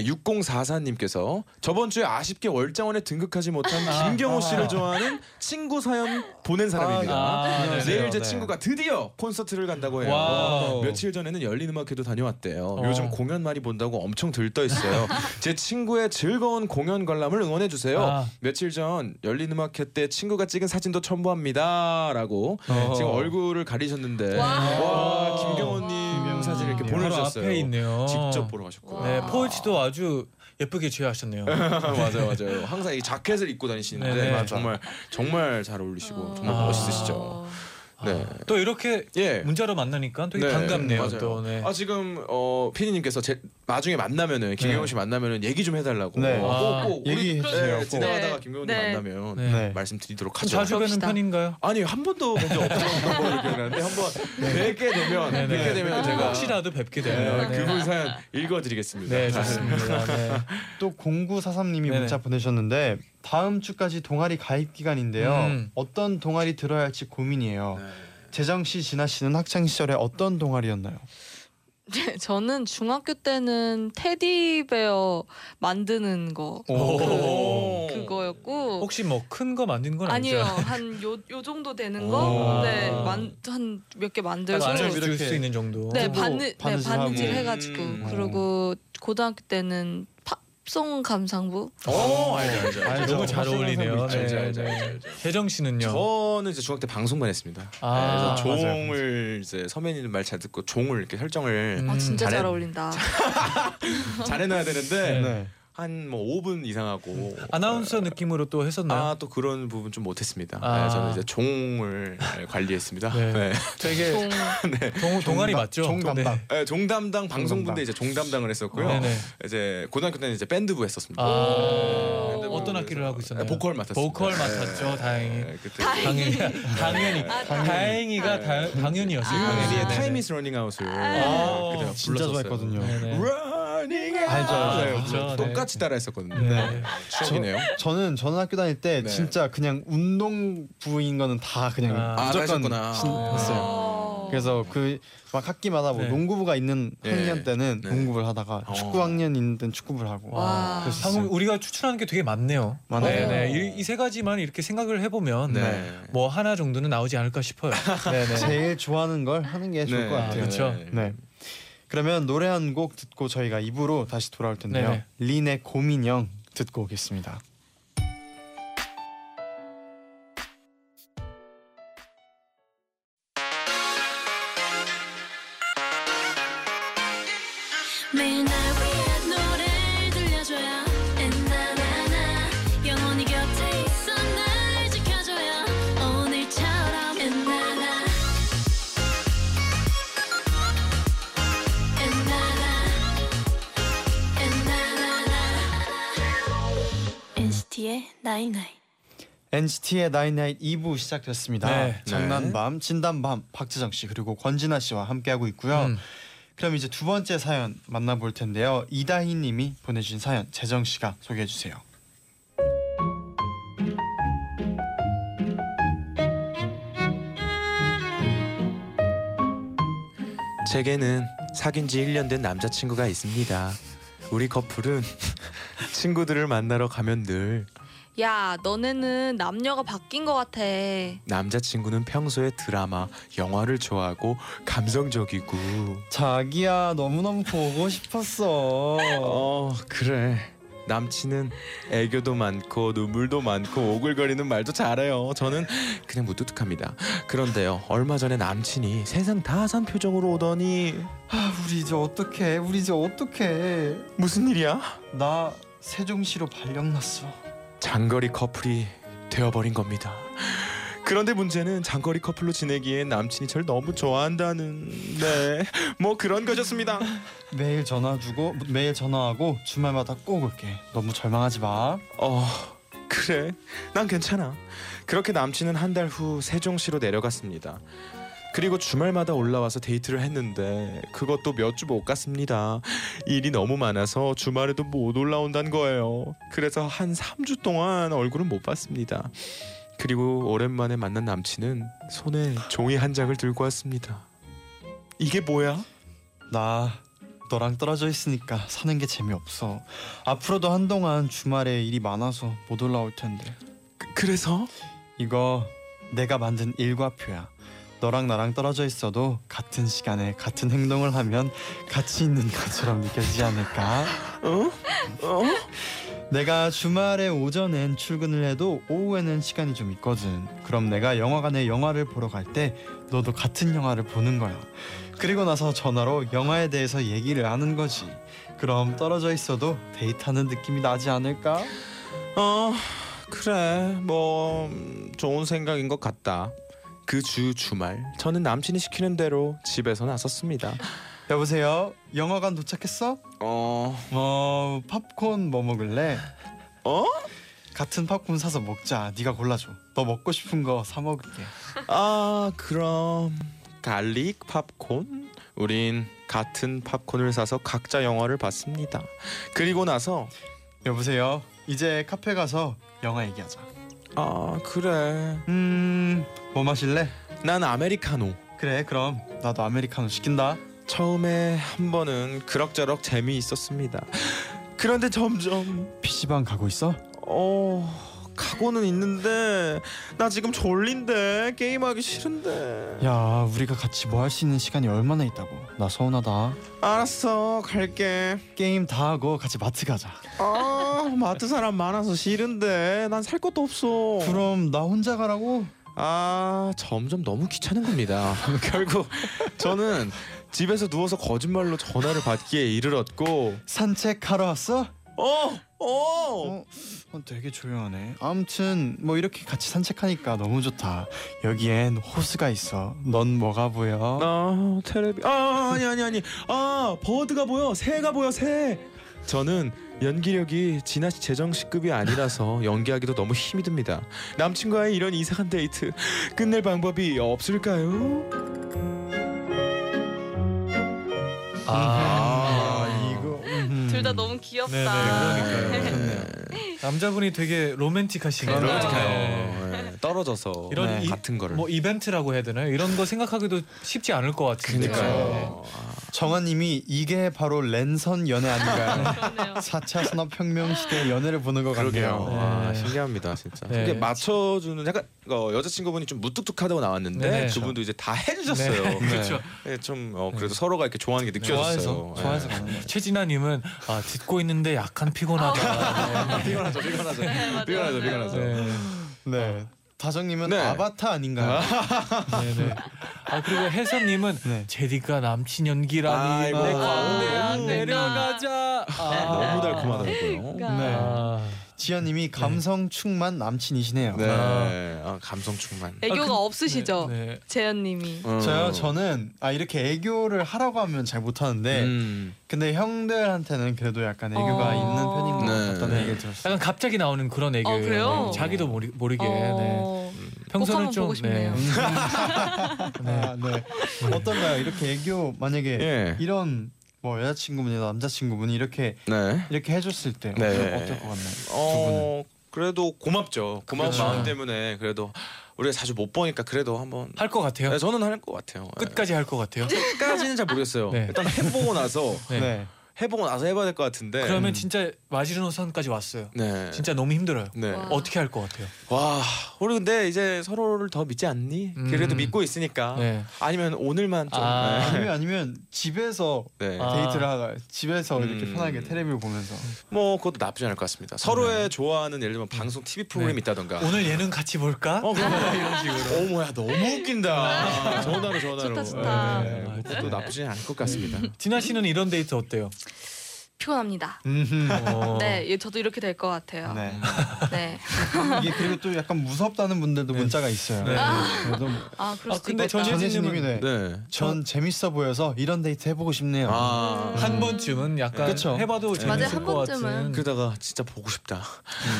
D: 6044님께서 저번 주에 아쉽게 월장원에 등극하지 못한
C: 아.
D: 김경호
C: 아.
D: 씨를 좋아하는 친구 사연 보낸 사람입니다.
C: 아, 네,
D: 내일 제
C: 네.
D: 친구가 드디어 콘서트를 간다고 해요.
C: 와우. 어.
D: 며칠 전에는 열린 음악회도 다녀왔대요. 요즘 공연 많이 본다고 엄청 들떠 있어요. 제 친구의 즐거운 공연 관람을 응원해 주세요.
C: 아.
D: 며칠 전 열린 음악회 때 친구가 찍은 사진도 첨부합니다라고
C: 어.
D: 네, 지금 얼굴을 가리셨는데
G: 와.
D: 와,
G: 김경호
D: 김경호님 사진 이렇게
B: 님.
C: 바로
D: 보내주셨어요.
C: 앞에 있네요
D: 직접 보러 가셨고요.
C: 네
G: 와.
C: 포일치도 아주 예쁘게 제외하셨네요
D: 맞아요, 맞아요. 항상 이 자켓을 입고 다니시는데
C: 네네. 맞아.
D: 정말 정말 잘 어울리시고 정말
C: 아.
D: 멋있으시죠. 네.
C: 아, 또 이렇게
D: 예.
C: 문자로 만나니까 되게
D: 네,
C: 반갑네요
D: 맞아요.
C: 또 네.
D: 아 지금 어 피디님께서 제 나중에 만나면은 김경호 씨 만나면은 얘기 좀 해달라고.
B: 네.
C: 아,
D: 꼭꼭
B: 얘기해 주세요, 꼭.
D: 지나가다가
G: 네.
D: 김경호 님
G: 네.
D: 만나면
C: 네.
B: 네.
D: 말씀드리도록
C: 좀
D: 하죠.
C: 자주 뵈는
G: 그럽시다.
C: 편인가요?
D: 아니 한 번도 본적 없었던 걸로 기억하는데 한번 뵙게 되면 뵙게 되면 제가
C: 네. 아, 혹시라도 뵙게
D: 네,
C: 되면 네.
D: 그분 사연 읽어드리겠습니다.
C: 네 좋습니다 네.
B: 또 0943님이
C: 네네.
B: 문자 보내셨는데 다음 주까지 동아리 가입 기간인데요.
C: 음.
B: 어떤 동아리 들어야 할지
D: 네.
B: 고민이에요. 재정 씨, 진아 씨는 학창 시절에 어떤 동아리였나요?
G: 저는 중학교 때는 테디베어 만드는 거
D: 오.
G: 그거였고
C: 혹시 뭐 큰 거 만든 건 아니죠?
G: 아니요 한 요 요 정도 되는
D: 어.
G: 네,
C: 오.
D: 아.
G: 거네한몇 개 만들고
C: 안을
B: 완전
C: 줄수
B: 이렇게.
C: 있는 정도. 어,
G: 네
B: 뭐
G: 바느 네
B: 바느질하고.
G: 바느질 해가지고
D: 음.
G: 그리고 고등학교 때는 팝송 감상부
D: 오, 알죠, 알죠.
B: 아,
D: 알죠.
C: 너무 잘
B: 하시는
C: 어울리네요.
B: 사람도
D: 알죠,
C: 네,
D: 알죠,
C: 네.
D: 알죠, 알죠.
C: 혜정 씨는요?
D: 저는 이제 중학 때 방송만 했습니다.
C: 아,
D: 네, 그래서 종을 이제 선배님 말 잘 듣고 종을 이렇게 설정을
C: 음.
G: 아 진짜
D: 잘해-
G: 잘 어울린다
D: 잘 해놔야 되는데
B: 네.
D: 한 뭐 5분 이상 하고
C: 아나운서 느낌으로 또 했었나요?
D: 네. 아또 그런 부분 좀 못했습니다.
C: 아.
D: 네, 저는 이제 종을 관리했습니다.
C: 네.
D: 네.
B: 되게
G: 종.
C: 동, 동아리
B: 정담-
C: 맞죠?
B: 정담당.
C: 네.
D: 네, 종담당 방송분대 이제 종담당을 했었고요.
C: 네네.
D: 이제 고등학교 때는 이제 밴드부 했었습니다.
C: 아,
D: 밴드부
C: 어떤 악기를 하고 있었나요?
D: 네, 보컬 맡았습니다.
C: 보컬 맡았죠. 다행히.
D: 네, 그때
G: 다행히.
C: 당연히 당연히
G: 아,
C: 다행히가 다, 당연이었어요.
D: 당연히
C: 네네.
D: 타임 이즈 러닝 아. 아웃을
C: 아.
D: 그때
B: 아. 진짜 좋아했거든요.
C: 네네.
D: 러닝 아웃.
B: 알죠, 알죠,
C: 알죠. 네.
D: 똑같이 따라 했었거든요.
C: 네.
D: 추억이네요.
B: 저는 저는 학교 다닐 때
D: 네.
B: 진짜 그냥 운동부인 거는 다 그냥
C: 아,
D: 아, 다
B: 무조건
D: 했었구나.
B: 진- 했어요. 그래서 그 막 학기마다 뭐
C: 네.
B: 농구부가 있는
D: 네.
B: 학년 때는
D: 네.
B: 농구를 하다가
D: 어.
B: 축구 학년 있는 때는 축구를 하고
G: 와.
B: 그랬었어요.
C: 한국 우리가 추출하는 게 되게 많네요.
B: 많아요.
C: 네네. 이세 가지만 이렇게 생각을 해보면
D: 네.
C: 뭐 하나 정도는 나오지 않을까 싶어요. 네네.
B: 제일 좋아하는 걸 하는 게 좋을
D: 네.
B: 것 같아요.
C: 아, 그쵸.
D: 네.
B: 네. 그러면 노래 한 곡 듣고 저희가 입으로 다시 돌아올 텐데요.
C: 네네.
B: 린의 고민형 듣고 오겠습니다.
H: 매일 날 위한 노래를 들려줘요 엔나나나 영원히 곁에 있어 날 지켜줘요 오늘처럼 엔나나 엔나나 엔나나나 NCT의 나이나이
B: NCT의 나인나잇 2부 시작됐습니다.
C: 네.
B: 장난밤, 진단밤, 박재정 씨 그리고 권진아 씨와 함께하고 있고요.
C: 음.
B: 그럼 이제 두 번째 사연 만나볼 텐데요. 이다희 님이 보내주신 사연 재정 씨가 소개해 주세요.
D: 제게는 사귄 지 1년 된 남자친구가 있습니다. 우리 커플은 친구들을 만나러 가면 늘
G: 야, 너네는 남녀가 바뀐 것 같아.
D: 남자친구는 평소에 드라마, 영화를 좋아하고 감성적이고
B: 자기야 너무너무 보고 싶었어.
D: 어 그래 남친은 애교도 많고 눈물도 많고 오글거리는 말도 잘해요 저는 그냥 무뚝뚝합니다 그런데요 얼마 전에 남친이 세상 다 산 표정으로 오더니
B: 아, 우리 이제 어떡해? 우리 이제 어떡해?
D: 무슨 일이야?
B: 나 세종시로 발령났어.
D: 장거리 커플이 되어버린 겁니다. 그런데 문제는 장거리 커플로 지내기엔 남친이 절 너무 좋아한다는 네뭐 그런 것이었습니다.
B: 매일 전화 주고 매일 전화하고 주말마다 꼭 올게. 너무 절망하지 마.
D: 어 그래 난 괜찮아. 그렇게 남친은 한 달 후 세종시로 내려갔습니다. 그리고 주말마다 올라와서 데이트를 했는데 그것도 몇 주 못 갔습니다. 일이 너무 많아서 주말에도 못 올라온다는 거예요. 그래서 한 3주 동안 얼굴은 못 봤습니다. 그리고 오랜만에 만난 남친은 손에 종이 한 장을 들고 왔습니다. 이게 뭐야?
B: 나 너랑 떨어져 있으니까 사는 게 재미없어. 앞으로도 한동안 주말에 일이 많아서 못 올라올 텐데.
D: 그, 그래서
B: 이거 내가 만든 일과표야. 너랑 나랑 떨어져 있어도 같은 시간에 같은 행동을 하면 같이 있는 것처럼 느껴지지 않을까?
D: 어? 어?
B: 내가 주말에 오전엔 출근을 해도 오후에는 시간이 좀 있거든. 그럼 내가 영화관에 영화를 보러 갈 때 너도 같은 영화를 보는 거야. 그리고 나서 전화로 영화에 대해서 얘기를 하는 거지. 그럼 떨어져 있어도 데이트하는 느낌이 나지 않을까?
D: 어 그래 뭐 음, 좋은 생각인 것 같다 그 주 주말 저는 남친이 시키는 대로 집에서 나섰습니다
B: 여보세요. 영화관 도착했어?
D: 어
B: 어, 팝콘 뭐 먹을래?
D: 어?
B: 같은 팝콘 사서 먹자. 네가 골라줘. 너 먹고 싶은 거 사 먹을게.
D: 아 그럼 갈릭 팝콘 우린 같은 팝콘을 사서 각자 영화를 봤습니다 그리고 나서
B: 여보세요. 이제 카페 가서 영화 얘기하자.
D: 아 그래
B: 음, 뭐 마실래?
D: 난 아메리카노
B: 그래 그럼 나도 아메리카노 시킨다
D: 처음에 한 번은 그럭저럭 재미있었습니다 그런데 점점
B: PC방 가고 있어?
D: 어 가고는 있는데 나 지금 졸린데 게임하기 싫은데
B: 야 우리가 같이 뭐 할 수 있는 시간이 얼마나 있다고 나 서운하다
D: 알았어 갈게
B: 게임 다 하고 같이 마트 가자
D: 아 마트 사람 많아서 싫은데 난 살 것도 없어
B: 그럼 나 혼자 가라고?
D: 아 점점 너무 귀찮은 겁니다 결국 저는 집에서 누워서 거짓말로 전화를 받기에 이르렀고
B: 산책하러 왔어?
D: 어, 어.
B: 어, 어, 되게 조용하네. 아무튼 뭐 이렇게 같이 산책하니까 너무 좋다. 여기엔 호수가 있어. 넌 뭐가 보여?
D: 아, 테레비. 아, 아니 아니 아니. 아, 버드가 보여. 새가 보여. 새. 저는 연기력이 지나치 재정식급이 아니라서 연기하기도 너무 힘이 듭니다. 남친과의 이런 이상한 데이트 끝낼 방법이 없을까요?
B: 아, 이거 음.
I: 둘 다 너무
C: 네네
I: 귀엽다.
C: 그러니까요.
B: 좋네요.
C: 남자분이 되게 로맨틱하시네요.
B: 그러네요.
C: 네.
D: 네, 떨어져서
C: 이런
D: 네,
C: 이-
D: 같은 거를.
C: 뭐 이벤트라고 해야 되나요? 이런 거 생각하기도 쉽지 않을 것 같은데. 네.
D: 그러니까요.
B: 정아님이 이게 바로 랜선 연애 아닌가요?
I: 그러네요.
B: 4차 산업혁명 시대의 연애를 보는 것
D: 그러게요.
B: 같네요.
D: 와,
C: 네.
D: 신기합니다, 진짜.
C: 네.
D: 근데 맞춰주는 약간 어, 여자친구분이 좀 무뚝뚝하다고 나왔는데
C: 네, 네.
D: 그분도 이제 다 해주셨어요.
C: 그렇죠.
D: 네, 좀 어, 그래도 서로가 이렇게 좋아하는 게 느껴졌어요.
B: 좋아해서
D: 네.
B: 좋아해서 가는 거예요.
C: 최진아님은 아 듣고 있는데 약간 피곤하다.
D: 피곤하죠, 피곤하죠,
I: 네,
D: 피곤하죠, 피곤하죠.
C: 네. 네.
B: 네. 다정님은
D: 어. 네.
B: 아바타 아닌가요?
C: 네네. 아 그리고 해선님은
B: 네.
C: 제디가 남친 연기라니
D: 아이고. 네. 아,
C: 내
I: 아,
C: 광대야 내려가자.
D: 너무 달콤하다고요.
B: 네.
C: 아,
B: 지연님이 감성 충만 남친이시네요.
D: 네,
C: 아.
D: 아, 감성 충만.
G: 애교가 없으시죠?
C: 네.
G: 재현님이.
D: 음.
B: 저요 저는 아 이렇게 애교를 하라고 하면 잘 못하는데
D: 음.
B: 근데 형들한테는 그래도 약간 애교가
G: 어.
B: 있는 편인 것
D: 네.
B: 같다는
D: 네.
B: 얘기를 들었어요.
C: 약간 갑자기 나오는 그런 애교예요.
G: 아, 그래요?
C: 네, 자기도 모리, 모르게. 네.
G: 어,
C: 평소는
G: 한번
C: 좀
G: 보고 싶네요.
B: 아, 네. 어떤가요? 이렇게 애교 만약에
D: 예.
B: 이런 뭐 여자친구분이나 남자친구분이 이렇게
D: 네.
B: 이렇게 해줬을 때
D: 네.
B: 어떨, 어떨 것 같나요?
D: 어, 그래도 고맙죠. 고마운
C: 그렇죠.
D: 마음 때문에 그래도 우리가 자주 못 보니까 그래도 한번.
C: 할것 같아요.
D: 네, 저는 할 것 같아요. 네.
C: 끝까지 할 것 같아요.
D: 끝까지는 잘 모르겠어요.
C: 네.
D: 일단 해보고 나서
C: 네.
D: 해보고 나서 해봐야 될 것 같은데.
C: 그러면 진짜 마지노 선까지 왔어요.
D: 음. 네.
C: 진짜 너무 힘들어요.
D: 네.
G: 와.
C: 어떻게 할 것 같아요?
D: 와 우리 근데 이제 서로를 더 믿지 않니?
C: 음.
D: 그래도 믿고 있으니까.
C: 네.
D: 아니면 오늘만 좀.
C: 아.
D: 네.
B: 아니면 아니면 집에서
D: 네.
C: 아.
B: 데이트를 하가 집에서 이렇게
D: 음.
B: 편하게 테레비를 보면서
D: 뭐 그것도 나쁘지 않을 것 같습니다. 서로의 좋아하는 예를 들면 방송 TV 프로그램
C: 네.
D: 있다던가.
C: 오늘 예능 같이 볼까?
D: 아. 어, 그런 이런 식으로. 어머야 너무 웃긴다. 아, 전화로 전화로.
G: 좋다, 좋다.
D: 네, 뭐 그것도 나쁘지 않을 것 같습니다.
C: 진아 씨는 이런 데이트 어때요?
G: 피곤합니다.
B: 음흠.
C: 어.
G: 네, 예, 저도 이렇게 될 것 같아요. 네.
B: 네. 이게 그리고 또 약간 무섭다는 분들도 문자가 있어요.
C: 네.
B: 그래도
G: 아, 그럴
C: 아,
G: 수도
C: 근데
G: 있겠다.
C: 전혜진
B: 전혜진님이 네.
D: 네.
B: 전 재밌어 보여서 이런 데이트 해보고 싶네요.
D: 아.
C: 한 번쯤은 약간
B: 그쵸.
C: 해봐도
D: 네.
C: 재밌을
G: 맞아요, 한
C: 것
G: 번쯤은.
C: 같은.
D: 그러다가 진짜 보고 싶다.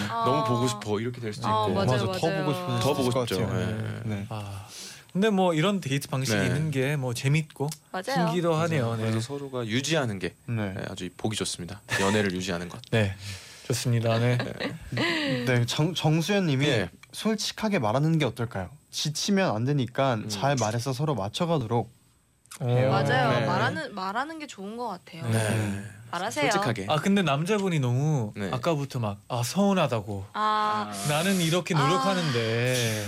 G: 아.
D: 너무 보고 싶어 이렇게 될 수도
G: 아,
D: 있고.
G: 맞아요,
B: 네. 맞아, 더
G: 맞아요.
B: 보고 싶은
D: 더 보고 싶죠.
B: 네. 네.
C: 아. 근데 뭐 이런 데이트 방식이
D: 네.
C: 있는 게 뭐 재밌고
G: 맞아요.
C: 신기도 하네요. 네.
D: 그래서 서로가 유지하는 게
B: 네.
D: 네, 아주 보기 좋습니다. 연애를 유지하는 것.
C: 네. 좋습니다. 네.
B: 네, 정, 정수현님이
D: 예.
B: 솔직하게 말하는 게 어떨까요? 지치면 안 되니까
D: 음.
B: 잘 말해서 서로 맞춰가도록
C: 어.
G: 맞아요.
D: 네.
G: 말하는 말하는 게 좋은 것 같아요.
D: 네.
B: 음.
G: 말하세요.
D: 솔직하게.
C: 아 근데 남자분이 너무
D: 네.
C: 아까부터 막 아 서운하다고
G: 아,
C: 나는 이렇게 노력하는데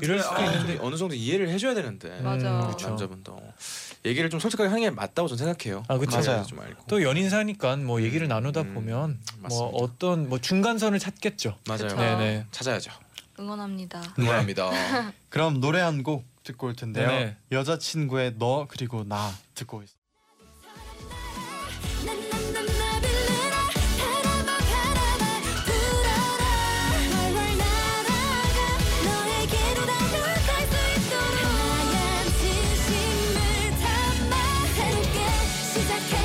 C: 이럴 수도
D: 아,
C: 있는데.
D: 좀 어느 정도 이해를 해줘야 되는데
G: 맞아.
C: 음,
G: 그렇죠.
D: 남자분도 얘기를 좀 솔직하게 하는 게 맞다고 저는 생각해요.
C: 아, 그쵸.
B: 맞아요.
D: 좀 알고.
C: 또 연인 사니까 뭐 얘기를 나누다
D: 음,
C: 보면 뭐
D: 맞습니다.
C: 어떤 뭐 중간선을 찾겠죠.
D: 맞아요.
G: 그쵸.
C: 네네.
D: 찾아야죠.
G: 응원합니다.
D: 응원합니다.
B: 그럼 노래 한 곡 듣고 올 텐데요.
C: 네네.
B: 여자친구의 너 그리고 나 듣고 있습니다.
H: 난난난나 빌리라 가라봐 가라봐 들어라 활활 날아가 너에게로 다가갈 수 있도록 하얀 진심을 담아 새롭게 시작해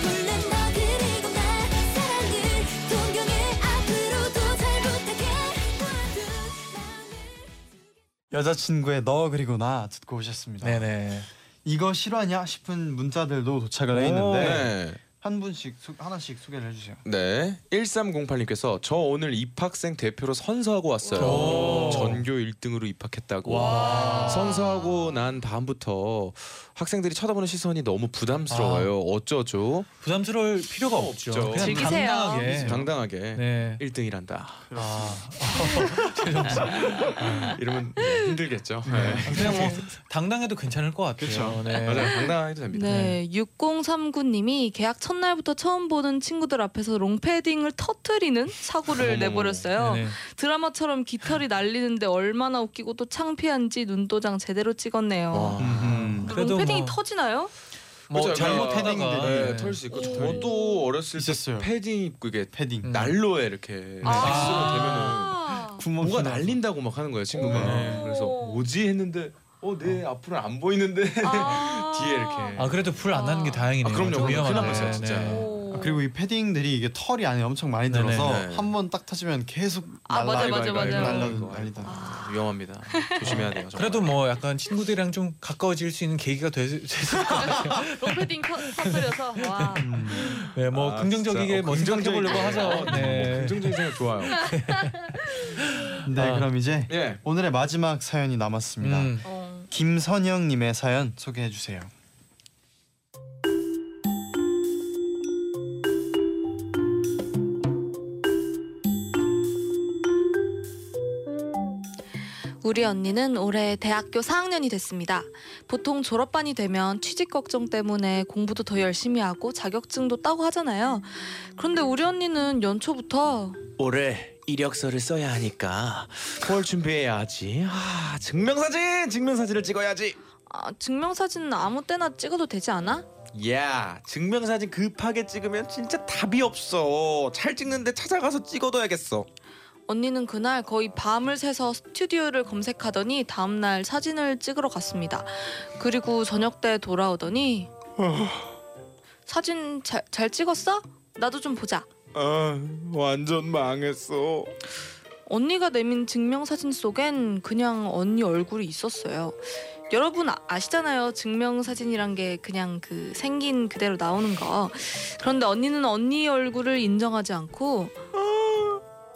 H: 볼래 너 그리고 나 사랑을 동경해 앞으로도 잘 부탁해 모두 마음을
B: 여자친구의 너 그리고 나 듣고
D: 아.
B: 오셨습니다.
C: 네네.
B: 이거 실화냐 싶은 문자들도 도착을 해
C: 오,
B: 있는데
D: 네.
B: 한 분씩 소- 하나씩 소개를 해주세요.
D: 네. 1308님께서 저 오늘 입학생 대표로 선서하고 왔어요.
C: 오.
D: 전교 1등으로 입학했다고. 아. 선서하고 난 밤부터 학생들이 쳐다보는 시선이 너무 부담스러워요. 어쩌죠?
C: 부담스러울 필요가 없죠.
D: 없죠.
C: 그냥
G: 즐기세요.
C: 당당하게.
D: 당당하게
C: 네.
D: 1등이란다.
C: 아,
D: 이러면 힘들겠죠. 네.
C: 그냥 뭐 당당해도 괜찮을 것 같아요. 네.
D: 맞아요. 당당해도 됩니다.
G: 네, 6039님이 계약 첫날부터 처음 보는 친구들 앞에서 롱패딩을 터트리는 사고를
D: 어머머머.
G: 내버렸어요.
C: 네네.
G: 드라마처럼 깃털이 날리는데 얼마나 웃기고 또 창피한지 눈도장 제대로 찍었네요.
D: 와.
B: 음.
D: 아.
C: 그래도
G: 롱패딩이
C: 뭐-
G: 터지나요?
C: 뭐
D: 그렇죠.
C: 잘못
D: 약간
C: 패딩들이.
D: 네,
C: 네.
D: 털수 있고
G: 오.
D: 저도 어렸을 때
B: 있었어요.
D: 패딩 입고 이게
B: 패딩.
C: 음.
D: 난로에 이렇게 아~
G: 아.
B: 구멍
D: 뭐가
B: 튀나-
D: 날린다고 막 하는 거예요 친구가
B: 네.
D: 그래서 뭐지 했는데 어 내 앞으로는 안 보이는데
G: 아.
D: 뒤에 이렇게.
C: 아 그래도 불 안 나는 게 다행이네요. 네.
D: 아, 그럼요,
C: 좀
D: 그럼요. 큰일
C: 위험한데.
D: 났어요, 진짜.
G: 오.
B: 아, 그리고 이 패딩들이 이게 털이 안에 엄청 많이
C: 네네. 음.
B: 들어서
D: 네.
B: 한 번 딱 터지면 계속
G: 아,
B: 날라
G: 맞아,
B: 이거
G: 맞아,
B: 이거 이거
G: 맞아.
B: 날라
D: 이거
B: 날리다.
D: 아, 위험합니다 조심해야 돼요 정말.
C: 그래도 뭐 약간 친구들이랑 좀 가까워질 수 있는 계기가 됐을
G: 롱패딩 터- 터뜨려서 와.
B: 음.
C: 네, 뭐
D: 아,
C: 긍정적이게
D: 진짜.
C: 뭐
D: 어,
C: 긍정적인 보려고 하죠.
E: 아,
D: 뭐
C: 네.
D: 긍정적인 생각 좋아요
B: 네,
C: 아.
B: 그럼 이제
D: 예
B: 오늘의 마지막 사연이 남았습니다.
C: 음.
G: 어.
B: 김선영님의 사연 소개해 주세요.
G: 우리 언니는 올해 대학교 4학년이 됐습니다. 보통 졸업반이 되면 취직 걱정 때문에 공부도 더 열심히 하고 자격증도 따고 하잖아요. 그런데 우리 언니는 연초부터
D: 올해 이력서를 써야 하니까 뭘 준비해야지 아 증명사진 증명사진을 찍어야지
G: 아, 증명사진은 아무 때나 찍어도 되지 않아?
D: 야 증명사진 급하게 찍으면 진짜 답이 없어 잘 찍는데 찾아가서 찍어둬야겠어
G: 언니는 그날 거의 밤을 새서 스튜디오를 검색하더니 다음날 사진을 찍으러 갔습니다. 그리고 저녁 때 돌아오더니 사진 잘, 잘 찍었어? 나도 좀 보자.
D: 아 완전 망했어
G: 언니가 내민 증명사진 속엔 그냥 언니 얼굴이 있었어요. 여러분 아- 아시잖아요. 증명사진이란 게 그냥 그 생긴 그대로 나오는 거. 그런데 언니는 언니 얼굴을 인정하지 않고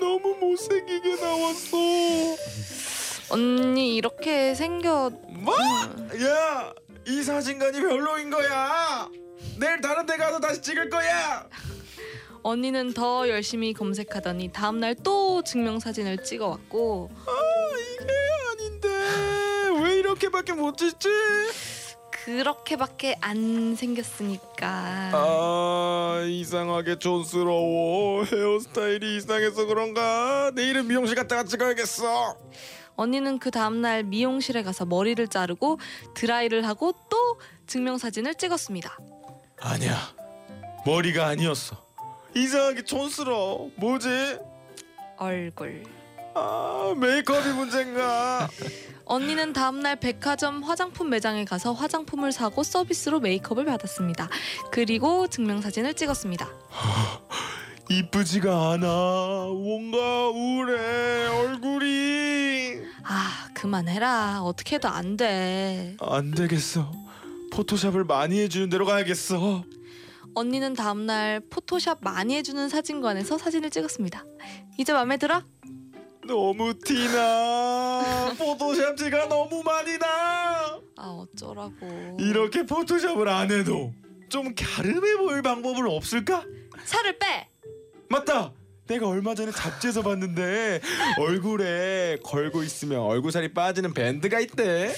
D: 너무 못생기게 나왔어
G: 언니 이렇게 생겼
D: 뭐? 야이 사진관이 별로인 거야 내일 다른 데 가서 다시 찍을 거야
G: 언니는 더 열심히 검색하더니 다음날 또 증명사진을 찍어왔고
D: 아, 이게 아닌데 왜 이렇게밖에 못 찍지?
G: 그렇게밖에 안 생겼으니까
D: 아 이상하게 촌스러워 헤어스타일이 이상해서 그런가 내일은 미용실 갔다가 찍어야겠어
G: 언니는 그 다음날 미용실에 가서 머리를 자르고 드라이를 하고 또 증명사진을 찍었습니다
D: 아니야 머리가 아니었어 이상하게 촌스러워 뭐지?
G: 얼굴
D: 아 메이크업이 문제인가
G: 언니는 다음날 백화점 화장품 매장에 가서 화장품을 사고 서비스로 메이크업을 받았습니다 그리고 증명사진을 찍었습니다
D: 이쁘지가 않아 뭔가 우울해 얼굴이
G: 아 그만해라 어떻게 해도 안돼
D: 안 되겠어 포토샵을 많이 해주는 데로 가야겠어
G: 언니는 다음날 포토샵 많이 해주는 사진관에서 사진을 찍었습니다. 이제 마음에 들어?
D: 너무 티나 포토샵 티가 너무 많이 나
G: 아 어쩌라고.
D: 이렇게 포토샵을 안 해도 좀 갸름해 보일 방법은 없을까?
G: 살을 빼.
D: 맞다 내가 얼마 전에 잡지에서 봤는데 얼굴에 걸고 있으면 얼굴살이 빠지는 밴드가 있대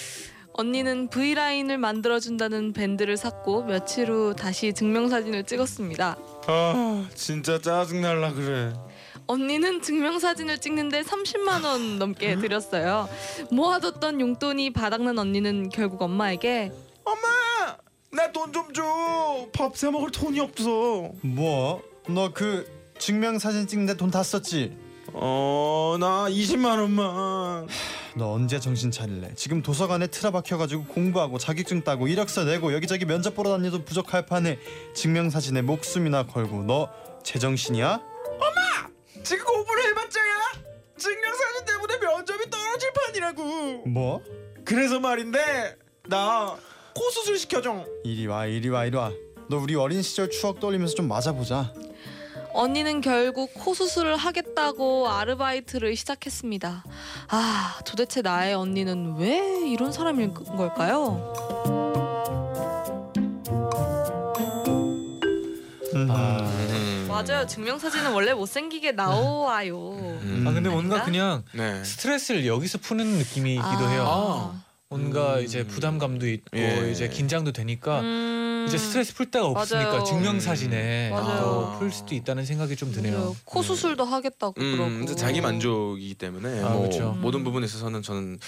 G: 언니는 V 라인을 만들어준다는 밴드를 샀고 며칠 후 다시 증명사진을 찍었습니다.
D: 아 진짜 짜증날라 그래
G: 언니는 증명사진을 찍는데 30만 원 넘게 들였어요. 모아뒀던 용돈이 바닥난 언니는 결국 엄마에게
D: 엄마 나 돈 좀줘밥 사 먹을 돈이 없어
B: 뭐? 너 그 증명 사진 찍는데 돈 다 썼지?
D: 어나 20만 원만
B: 너 언제 정신 차릴래? 지금 도서관에 틀어박혀가지고 공부하고 자격증 따고 이력서 내고 여기저기 면접 보러 다녀도 부족할 판에 증명 사진에 목숨이나 걸고 너 제정신이야?
D: 지금 공부를 해봤자야 증명사진 때문에 면접이 떨어질 판이라고
B: 뭐?
D: 그래서 말인데 나 코수술 시켜줘
B: 이리 와 이리 와 이리 와. 너 우리 어린 시절 추억 떠올리면서 좀 맞아보자.
G: 언니는 결국 코 수술을 하겠다고 아르바이트를 시작했습니다. 아, 도대체 나의 언니는 왜 이런 사람인 걸까요?
C: 음.
B: 아,
E: 네. 음.
G: 맞아요. 증명사진은 원래 못생기게 나와요.
C: 아 근데 뭔가
B: 뭐
G: 아닌가?
C: 그냥
D: 네.
C: 스트레스를 여기서 푸는 느낌이기도
G: 아,
C: 해요. 뭔가 이제 부담감도 있고
E: 예.
C: 이제 긴장도 되니까
G: 음.
C: 이제 스트레스 풀 데가 없으니까
G: 맞아요.
C: 증명사진에
G: 음. 맞아요.
C: 또 풀 수도 있다는 생각이 좀 드네요.
G: 맞아요. 음, 코 수술도 하겠다고
E: 음,
G: 그러고.
E: 자기 만족이기 때문에
C: 아,
E: 뭐
C: 그쵸.
E: 모든 부분에 있어서는 저는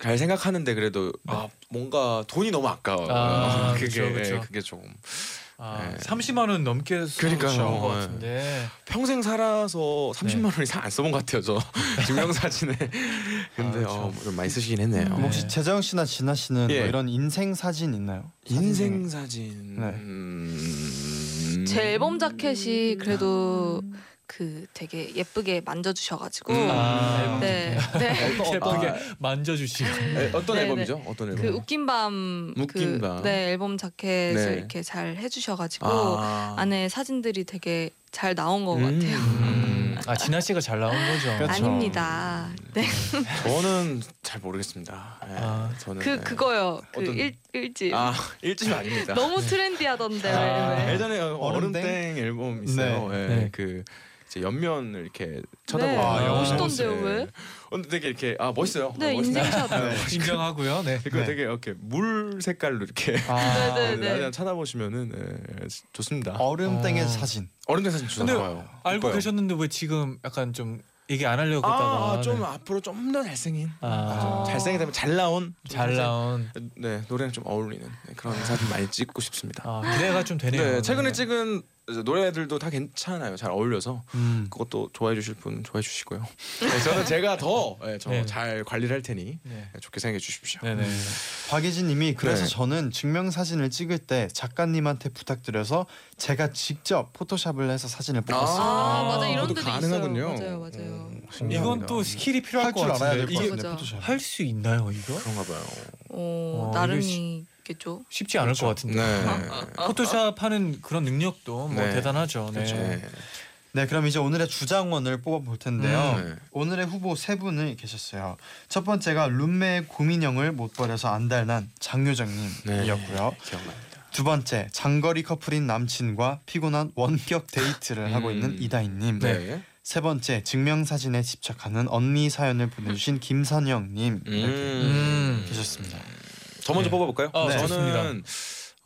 E: 잘 생각하는데 그래도 아 뭔가 돈이 너무 아까워.
C: 네. 아,
E: 그게
C: 그쵸,
E: 예,
C: 그쵸.
E: 그게 조금
C: 아,
E: 네.
C: 30만 원 넘게 쓰신
E: 그러니까요.
C: 것 같은데
E: 평생 살아서 30만
C: 네.
E: 원을 이상 안 써본 것 같아요 저 증명사진에. 근데
C: 아, 그쵸.
E: 어, 좀 많이 쓰시긴 했네요.
C: 그렇죠. 음.
B: 뭐 혹시
C: 네.
B: 재정 씨나 진아 씨는
E: 예.
B: 뭐 이런 인생 사진 있나요?
E: 인생 사진.
B: 네.
E: 음.
G: 제 앨범 자켓이 그래도 그 되게 예쁘게 만져주셔가지고
E: 음.
C: 아,
G: 네, 네.
E: 어떤,
C: 예쁘게
E: 아,
C: 만져주시고
E: 에, 어떤
G: 네,
E: 앨범이죠? 어떤 앨범?
G: 그 웃긴 밤,
E: 웃긴 밤.
G: 그, 네 앨범 자켓을
E: 네.
G: 이렇게 잘 해주셔가지고
E: 아.
G: 안에 사진들이 되게 잘 나온 것
E: 음.
G: 같아요.
E: 음.
C: 아 진아 씨가 잘 나온 거죠.
B: 그렇죠.
G: 아닙니다. 네,
E: 저는 잘 모르겠습니다. 예,
C: 아.
E: 저는
G: 그
E: 예.
G: 그거요. 그
E: 어떤-
G: 일, 일집
E: 아 일집 아닙니다.
G: 너무 트렌디하던데.
C: 아.
G: 왜, 왜.
E: 예전에 어,
B: 얼음땡?
E: 얼음땡 앨범 있어요. 예,
C: 네.
E: 그 이제 연면을 이렇게 쳐다보고
G: 아,
E: 아,
G: 멋있던데요, 왜?
E: 근데 되게 이렇게 아 멋있어요.
G: 네,
E: 아, 멋있다.
G: 인생샷.
E: 네.
C: 인정하고요. 네.
E: 그리고
B: 네.
E: 되게 이렇게 물 색깔로 이렇게
B: 아,
G: 네, 네.
E: 나중에 찾아보시면은 예, 좋습니다.
B: 얼음땡의
C: 어.
B: 사진.
E: 얼음땡 사진 주사
C: 근데
E: 나와요.
C: 알고
E: 이뻐요.
C: 계셨는데 왜 지금 약간 좀 얘기 안 하려고 했다가
E: 아, 좀
C: 네.
E: 앞으로 좀 더 잘생긴.
C: 아,
G: 아.
E: 잘생긴 다음에 잘 나온.
C: 잘 나온
E: 네 노래랑 좀 어울리는 네, 그런 사진 많이 찍고 싶습니다.
C: 아, 기대가 좀 되네요.
E: 네, 최근에 찍은 이제 노래들도 다 괜찮아요. 잘 어울려서
C: 음.
E: 그것도 좋아해 주실 분 좋아해 주시고요. 네, 저는 제가
C: 네.
E: 더저잘 관리를 할 테니
C: 네.
E: 네, 좋게 생각해 주십시오.
C: 네네.
B: 박예진님이 그래서
E: 네.
B: 저는 증명 사진을 찍을 때 작가님한테 부탁드려서 제가 직접 포토샵을 해서 사진을
G: 아,
B: 뽑았어요.
G: 맞아 이런
E: 그것도
G: 데도
E: 가능하군요. 음.
G: 있어요. 맞아요, 맞아요.
C: 이건 또 스킬이 필요할 것
B: 할줄 알아야
C: 같은데
B: 될 것
C: 이게
B: 같은데
G: 맞아.
B: 포토샵.
C: 할 수 있나요 이거?
E: 그런가 봐요.
G: 어,
C: 어,
G: 나름이겠죠.
C: 쉽지 않을 것
E: 네.
C: 같은데. 포토샵 하는 그런 능력도 뭐
E: 네.
C: 대단하죠. 네.
E: 그렇죠. 네.
B: 네, 그럼 이제 오늘의 주장원을 뽑아볼
C: 음.
B: 텐데요.
C: 어.
E: 네.
B: 오늘의 후보 세 분이 계셨어요. 첫 번째가 룸메의 고민형을 못 버려서 안달난 장효정님이었고요.
E: 기억납니다.
B: 두 번째 장거리 커플인 남친과 피곤한 원격 데이트를 하고
E: 음.
B: 있는 이다희님.
E: 네.
B: 세 번째 증명 사진에 집착하는 언니 사연을 보내주신 김선영님
E: 음.
B: 이렇게
C: 음.
B: 계셨습니다.
E: 저 먼저
C: 네.
E: 뽑아볼까요?
C: 어,
B: 네.
E: 저는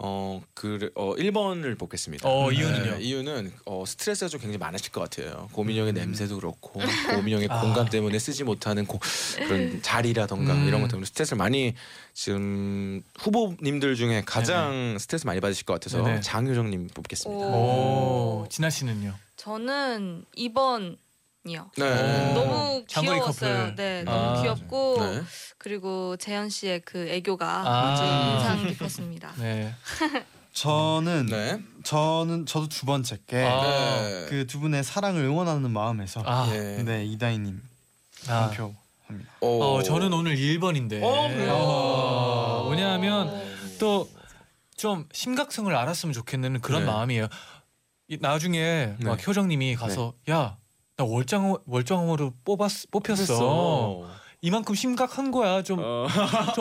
E: 어, 그, 어, 1번을 뽑겠습니다.
C: 어, 이유는요?
E: 이유는 어, 스트레스가 좀 굉장히 많으실 것 같아요.
C: 음.
E: 고민형의 냄새도 그렇고,
C: 아.
E: 고민형의 공간 때문에 쓰지 못하는 고, 그런 자리라던가
C: 음.
E: 이런 것 때문에 스트레스를 많이 지금 후보님들 중에 가장 스트레스 많이 받으실 것 같아서
C: 네, 네네.
E: 장효정님 뽑겠습니다.
G: 오.
C: 오, 진아 씨는요?
G: 저는 2번이요.
E: 네.
G: 너무
C: 어, 장거리
G: 귀여웠어요.
C: 커플.
G: 네,
C: 아.
G: 너무 귀엽고
E: 네.
G: 그리고 재현 씨의 그 애교가
C: 아.
G: 아주 인상 깊었습니다.
C: 네.
B: 저는
E: 네.
B: 저는 저도 두 번째
C: 아.
B: 게 그 두 분의 사랑을 응원하는 마음에서
C: 아,
E: 예.
B: 네 이다희님
C: 아.
B: 한 표 합니다.
E: 오.
C: 어, 저는 오늘 1번인데.
E: 어, 그래요?
C: 왜냐하면
G: 어,
C: 또 좀 심각성을 알았으면 좋겠는 그런
E: 네.
C: 마음이에요. 이- 나중에
E: 네.
C: 막 효정님이 가서 야, 나 월장 월장으로 뽑았 뽑혔어.
E: 했어.
C: 이만큼 심각한 거야. 좀 좀
E: 어.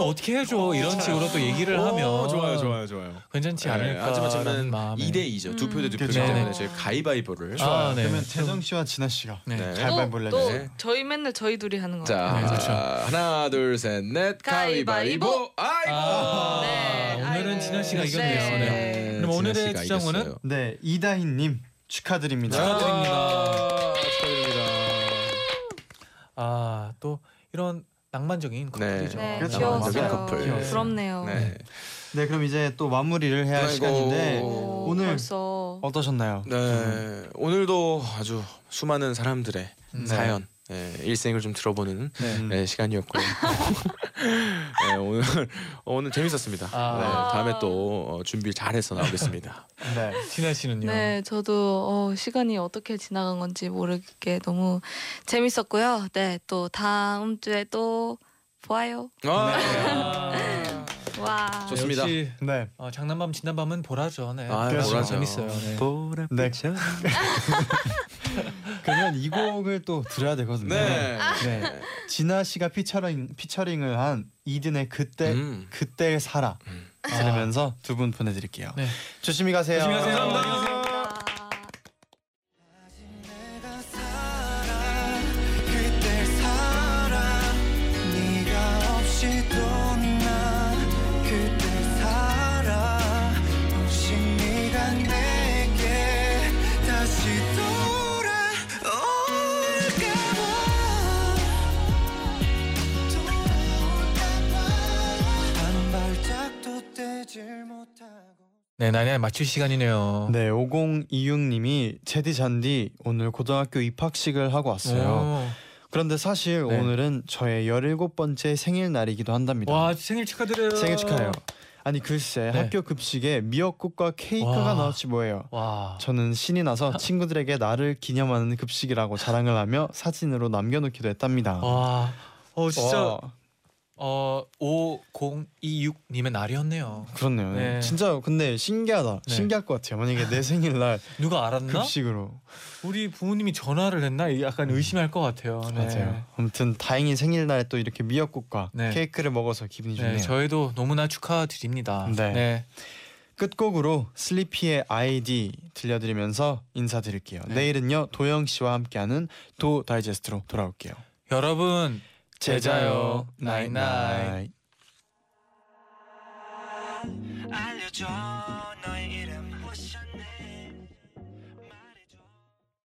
C: 어. 떻게 해줘. 이런 식으로 또 얘기를
E: 오,
C: 하면
E: 좋아요, 좋아요, 좋아요.
C: 괜찮지
E: 네,
C: 않을까.
E: 하지만 저는
C: 마음에.
E: 2대 2죠. 두 표 대 두 표
B: 그렇죠.
E: 때문에
G: 네.
E: 저희 가위바위보를.
C: 아,
B: 좋아요.
C: 네.
B: 그러면 재정 씨와 진아 씨가
C: 네.
E: 네.
B: 잘- 발발벌레네.
G: 또, 또
E: 네.
G: 저희 맨날 저희 둘이 하는 거
E: 자,
G: 같아요.
C: 네, 그렇죠.
E: 하나, 둘, 셋, 넷. 가위바위보.
G: 가위바위보.
E: 아이고. 네,
C: 아, 오늘은
G: 아이고.
C: 진아 씨가
G: 네.
C: 이겼네요. 네. 그럼 오늘의
E: 진아 씨가
C: 주장원은?
E: 이겼어요.
B: 네 이다희님 축하드립니다.
C: 축하드립니다.
E: 아, 축하드립니다.
C: 아, 또 이런 낭만적인 커플이죠.
G: 네,
B: 그렇죠.
G: 귀여웠어요.
E: 완전 커플.
G: 부럽네요.
E: 네.
B: 네 그럼 이제 또 마무리를 해야 할
E: 아이고.
B: 시간인데
G: 오,
B: 오늘-
G: 어, 벌써
B: 어떠셨나요?
E: 네. 오늘도 아주 수많은 사람들의
C: 음.
E: 사연, 예, 일생을 좀 들어보는
B: 음.
E: 네, 시간이었고요. 네, 오늘 오늘 재밌었습니다.
C: 아.
E: 네, 다음에 또 어, 준비 잘해서 나오겠습니다.
B: 네.
C: 진아 씨는요?
G: 네, 저도 어, 시간이 어떻게 지나간 건지 모르게 너무 재밌었고요. 네, 또 다음 주에 또 보아요.
E: 아,
C: 아,
G: 와.
E: 좋습니다.
C: 역시
B: 네.
C: 어, 장난밤 진단밤은 보라죠. 네.
E: 아,
C: 보라
B: 보라죠.
C: 재밌어요. 네.
B: 네. 그러면 이 곡을 또 드려야 되거든요.
E: 네.
B: 네. 진아 씨가 피처링 피처링을 한 이든의 그때
E: 음.
B: 그때의 사랑 들으면서 두 분 보내드릴게요.
C: 네.
B: 조심히 가세요.
C: 조심히 가세요.
G: 감사합니다.
J: 내가 살아 그때 살아 네가 없이도 나
C: 네, 나이나이 맞출 시간이네요.
B: 네, 5026님이 제디 잔디 오늘 고등학교 입학식을 하고 왔어요. 그런데 사실
C: 네.
B: 오늘은 저의 17번째 생일날이기도
C: 오.
B: 한답니다.
C: 와, 생일 축하드려요.
B: 생일 축하해요. 아니 글쎄
C: 네.
B: 학교 급식에 미역국과 케이크가
C: 와.
B: 나왔지 뭐예요.
C: 와.
B: 저는 신이 나서 친구들에게 나를 기념하는 급식이라고 자랑을 하며 사진으로 남겨놓기도 했답니다.
C: 와. 어, 진짜
B: 와,
C: 어 5026님의 날이었네요.
B: 그렇네요. 네.
C: 네.
B: 진짜 근데 신기하다.
C: 네.
B: 신기할 것 같아요. 만약에 내 생일날
C: 누가 알았나?
B: 그 급식으로
C: 우리 부모님이 전화를 했나? 약간 의심할 것 같아요. 네.
B: 음. 맞아요. 아무튼 다행히 생일날 또 이렇게 미역국과
C: 네.
B: 케이크를 먹어서 기분이
C: 네,
B: 좋네요.
C: 저희도 너무나 축하드립니다.
B: 네. 끝곡으로 슬리피의 아이디 들려드리면서 인사드릴게요.
C: 네.
B: 내일은요 도영 씨와 함께하는 도 다이제스트로 돌아올게요.
C: 여러분 제자요.
B: 나잇나잇.
C: 나잇나잇.